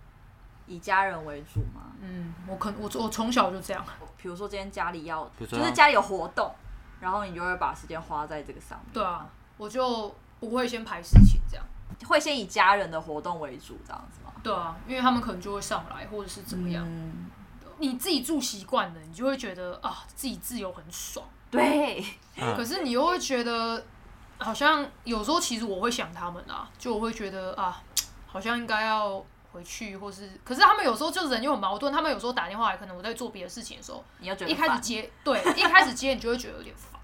[SPEAKER 2] 以家人为主嘛。
[SPEAKER 3] 嗯，我可我我从小就这样，
[SPEAKER 2] 比如说今天家里要，
[SPEAKER 1] 比如说
[SPEAKER 2] 就是家里有活动，然后你就会把时间花在这个上面，
[SPEAKER 3] 对啊，我就不会先排事情这样，
[SPEAKER 2] 会先以家人的活动为主，这样子吗？
[SPEAKER 3] 对啊，因为他们可能就会上来或者是怎么样，
[SPEAKER 2] 嗯，
[SPEAKER 3] 你自己住习惯了，你就会觉得啊自己自由很爽，
[SPEAKER 2] 对，
[SPEAKER 1] 嗯
[SPEAKER 3] 可是你又会觉得好像有时候其实我会想他们啊，就我会觉得啊好像应该要。回去，或是，可是他们有时候就人又很矛盾，他们有时候打电话来，可能我在做别的事情的时候，
[SPEAKER 2] 你要觉得
[SPEAKER 3] 一开
[SPEAKER 2] 烦
[SPEAKER 3] 始接，对，一开始接你就会觉得有点烦，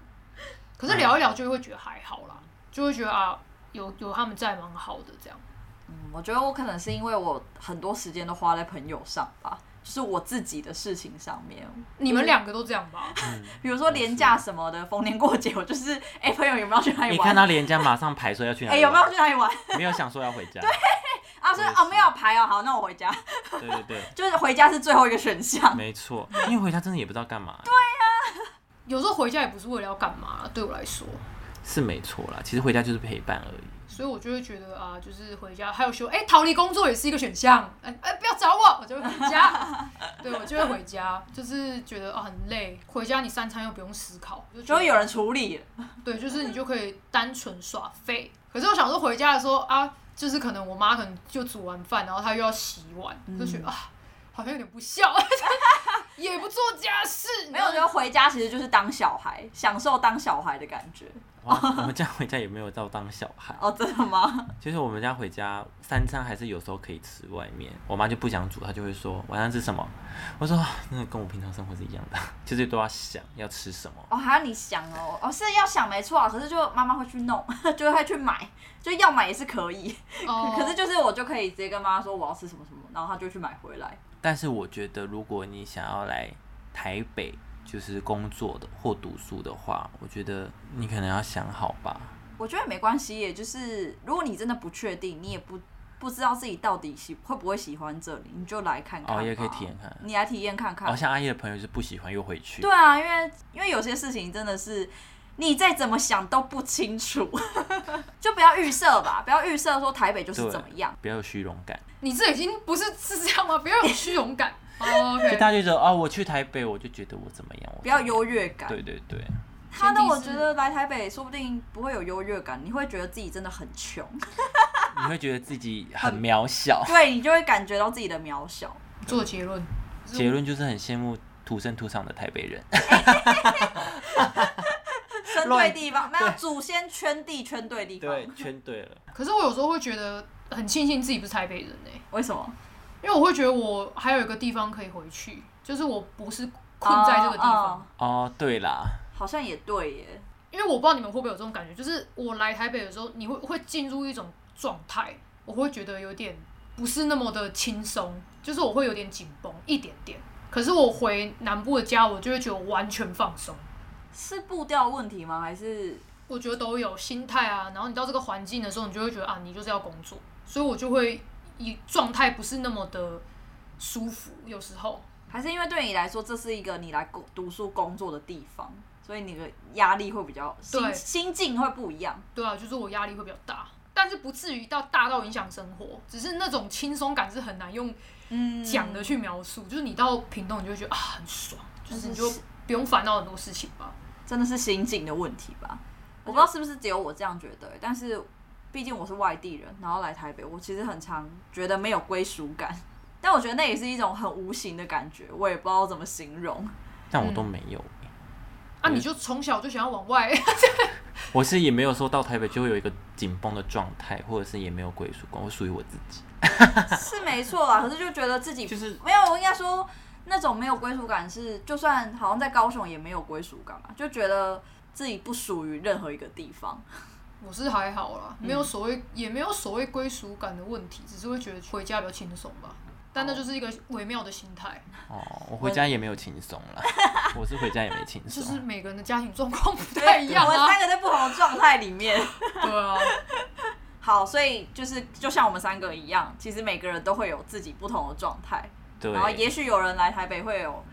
[SPEAKER 3] 可是聊一聊就会觉得还好啦，就会觉得啊，有有他们在蛮好的这样。
[SPEAKER 2] 嗯我觉得我可能是因为我很多时间都花在朋友上吧，就是我自己的事情上面。
[SPEAKER 3] 你们两个都这样吧？
[SPEAKER 2] 比
[SPEAKER 1] 哦
[SPEAKER 2] 如说廉价什么的，逢年过节，我就是哎、朋友有没有去哪里
[SPEAKER 1] 你看
[SPEAKER 2] 玩？
[SPEAKER 1] 到人家马上排说要去哪
[SPEAKER 2] 哎、
[SPEAKER 1] 里
[SPEAKER 2] 有
[SPEAKER 1] 玩，
[SPEAKER 2] 没有去哪里玩？
[SPEAKER 1] 没有想说要回 家？
[SPEAKER 2] 啊，所以
[SPEAKER 1] 我也是
[SPEAKER 2] 哦没有排哦，好，那我回家，
[SPEAKER 1] 对对对，
[SPEAKER 2] 就是回家是最后一个选项。
[SPEAKER 1] 没错，因为回家真的也不知道干嘛，
[SPEAKER 3] 有时候回家也不是为了要干嘛，对我来说，
[SPEAKER 1] 是没错啦。其实回家就是陪伴而已。
[SPEAKER 3] 所以我就会觉得啊，就是回家还有休，哎、逃离工作也是一个选项。哎、哎、不要找我，我就会 回家。对，我就会回家，就是觉得啊很累，回家你三餐又不用思考，就觉
[SPEAKER 2] 就
[SPEAKER 3] 得
[SPEAKER 2] 会有人处理了，
[SPEAKER 3] 对，就是你就可以单纯耍废。可是我想说回家的时候啊，就是可能我妈可能就煮完饭，然后她又要洗碗，
[SPEAKER 2] 嗯
[SPEAKER 3] 就觉得啊，好像有点不孝， 也不做家事，
[SPEAKER 2] 没有，我觉得回家其实就是当小孩，享受当小孩的感觉。
[SPEAKER 1] 哇，我们家回家也没有到当小孩，
[SPEAKER 2] 哦，真的吗？
[SPEAKER 1] 就是我们家回家三餐还是有时候可以吃外面，我妈就不想煮，她就会说晚上吃什么。我说啊那跟我平常生活是一样的， 就是都要想要吃什么。
[SPEAKER 2] 哦，还要你想哦，哦是要想没错啊，可是就妈妈会去弄， 就会去买，就要买也是可以，
[SPEAKER 3] 哦，
[SPEAKER 2] 可是就是我就可以直接跟妈妈说我要吃什么什么，然后她就去买回来。
[SPEAKER 1] 但是我觉得，如果你想要来台北就是工作的或读书的话，我觉得你可能要想好吧。
[SPEAKER 2] 我觉得没关系耶，就是如果你真的不确定，你也不不知道自己到底喜会不会喜欢这里，你就来看看吧。
[SPEAKER 1] 哦，也可以体验看。哦
[SPEAKER 2] 你来体验看看
[SPEAKER 1] 好、。像阿姨的朋友是不喜欢又回去。
[SPEAKER 2] 对啊，因为因为有些事情真的是你再怎么想都不清楚， 就不要预设吧，不要预设说台北就是
[SPEAKER 1] 对
[SPEAKER 2] 怎么样。
[SPEAKER 1] 不要有虚荣感，
[SPEAKER 3] 你这已经不是是这样吗？不要有虚荣 感。哦
[SPEAKER 1] 就
[SPEAKER 3] OK，
[SPEAKER 1] 大家就觉得哦，我去台北，我就觉得我怎么样，我
[SPEAKER 2] 不要
[SPEAKER 1] 怎么样
[SPEAKER 2] 优越感，
[SPEAKER 1] 对对对，
[SPEAKER 2] 他的
[SPEAKER 3] 前提
[SPEAKER 2] 我
[SPEAKER 3] 是
[SPEAKER 2] 觉得来台北说不定不会有优越感，你会觉得自己真的很穷，
[SPEAKER 1] 哦你会觉得自己很渺小。
[SPEAKER 2] 对你就会感觉到自己的渺小。
[SPEAKER 3] 做结论。
[SPEAKER 1] 结论就是很羡慕土生土长的台北人。
[SPEAKER 2] 针对
[SPEAKER 1] 乱
[SPEAKER 2] 地方没有祖先圈地圈对地方，
[SPEAKER 1] 对，圈对了。
[SPEAKER 3] 可是我有时候会觉得很庆幸自己不是台北人呢、
[SPEAKER 2] 为什么？
[SPEAKER 3] 因为我会觉得我还有一个地方可以回去，就是我不是困在这个地
[SPEAKER 2] 哦
[SPEAKER 3] 方。
[SPEAKER 1] 哦，对啦，
[SPEAKER 2] 好像也对耶。
[SPEAKER 3] 因为我不知道你们会不会有这种感觉，就是我来台北的时候，你会会进入一种状态，我会觉得有点不是那么的轻松，就是我会有点紧绷一点点。可是我回南部的家，我就会觉得我完全放松。
[SPEAKER 2] 是步调问题吗？还是
[SPEAKER 3] 我觉得都有心态啊，然后你到这个环境的时候，你就会觉得啊，你就是要工作，所以我就会以状态不是那么的舒服，有时候
[SPEAKER 2] 还是因为对你来说，这是一个你来工读书工作的地方，所以你的压力会比较心
[SPEAKER 3] 对
[SPEAKER 2] 心境会不一样。
[SPEAKER 3] 对啊，就是我压力会比较大，但是不至于到大到影响生活，只是那种轻松感是很难用
[SPEAKER 2] 嗯，
[SPEAKER 3] 讲的去描述，就是你到屏东，你就会觉得啊很爽，就是你就
[SPEAKER 2] 就是
[SPEAKER 3] 不用烦恼很多事情吧。
[SPEAKER 2] 真的是心境的问题吧？我不知道是不是只有我这样觉得，但是毕竟我是外地人，然后来台北，我其实很常觉得没有归属感。但我觉得那也是一种很无形的感觉，我也不知道怎么形容。
[SPEAKER 1] 但我都没有。
[SPEAKER 3] 啊，你就从小就想要往外，
[SPEAKER 1] 我是也没有说到台北就会有一个紧绷的状态，或者是也没有归属感，我属于我自己。
[SPEAKER 2] 是没错啊，可是就觉得自己
[SPEAKER 1] 就是
[SPEAKER 2] 没有，我应该说那种没有归属感是，就算好像在高雄也没有归属感嘛，就觉得自己不属于任何一个地方。
[SPEAKER 3] 我是还好啦，没有所谓，也没有所谓归属感的问题，只是会觉得回家比较轻松吧。但那就是一个微妙的心态，
[SPEAKER 1] 哦，我回家也没有轻松啦，我是啊回家也没轻
[SPEAKER 3] 就
[SPEAKER 1] 松。
[SPEAKER 3] 是每个人的家庭状况不太一 样
[SPEAKER 2] 我们
[SPEAKER 3] 啊
[SPEAKER 2] 三。个在不同的状态里面。
[SPEAKER 3] 对啊，
[SPEAKER 2] 好，所以就是就像我们三个一样，其实每个人都会有自己不同的状态，
[SPEAKER 1] 对
[SPEAKER 2] 然，后也许有人来台北会有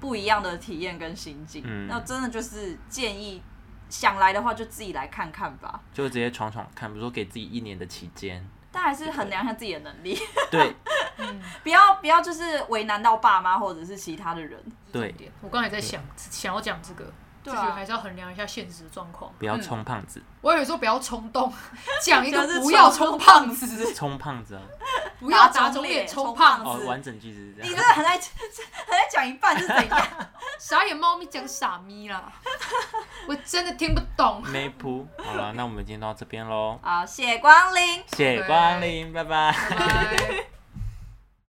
[SPEAKER 2] 不一样的体验跟心境。
[SPEAKER 1] 嗯
[SPEAKER 2] 那真的就是建议想来的话就自己来看看吧，
[SPEAKER 1] 就直接闯闯看，比如说给自己一年的期间，
[SPEAKER 2] 但还是衡量一下自己的能力，
[SPEAKER 1] 对
[SPEAKER 3] 嗯，
[SPEAKER 2] 不要不要就是为难到爸妈或者是其他的人。
[SPEAKER 1] 对，
[SPEAKER 3] 我刚才在想，想要讲这个，就
[SPEAKER 2] 对
[SPEAKER 3] 觉得
[SPEAKER 2] 啊
[SPEAKER 3] 还，是要衡量一下现实的状况。
[SPEAKER 1] 不要冲胖子，
[SPEAKER 3] 我有时候不要冲动，讲一个
[SPEAKER 2] 就是
[SPEAKER 3] 不要
[SPEAKER 2] 冲
[SPEAKER 3] 冲
[SPEAKER 2] 胖
[SPEAKER 3] 胖子，
[SPEAKER 1] 冲胖子啊！
[SPEAKER 3] 不
[SPEAKER 2] 打
[SPEAKER 3] 要打
[SPEAKER 2] 肿
[SPEAKER 3] 肿
[SPEAKER 2] 脸
[SPEAKER 3] 脸
[SPEAKER 2] 充
[SPEAKER 3] 充
[SPEAKER 2] 胖
[SPEAKER 3] 胖
[SPEAKER 2] 子
[SPEAKER 1] 哦
[SPEAKER 3] 子。，
[SPEAKER 1] 完整句是这
[SPEAKER 2] 你
[SPEAKER 1] 样
[SPEAKER 2] 真。的很在 很在讲一半是怎样？
[SPEAKER 3] 傻眼猫咪讲傻咪啦，我真的听不懂。
[SPEAKER 1] 没谱，好了，那我们今天到这边喽，
[SPEAKER 2] 好，谢谢光临。
[SPEAKER 1] 谢谢光临，拜拜。
[SPEAKER 3] 拜拜。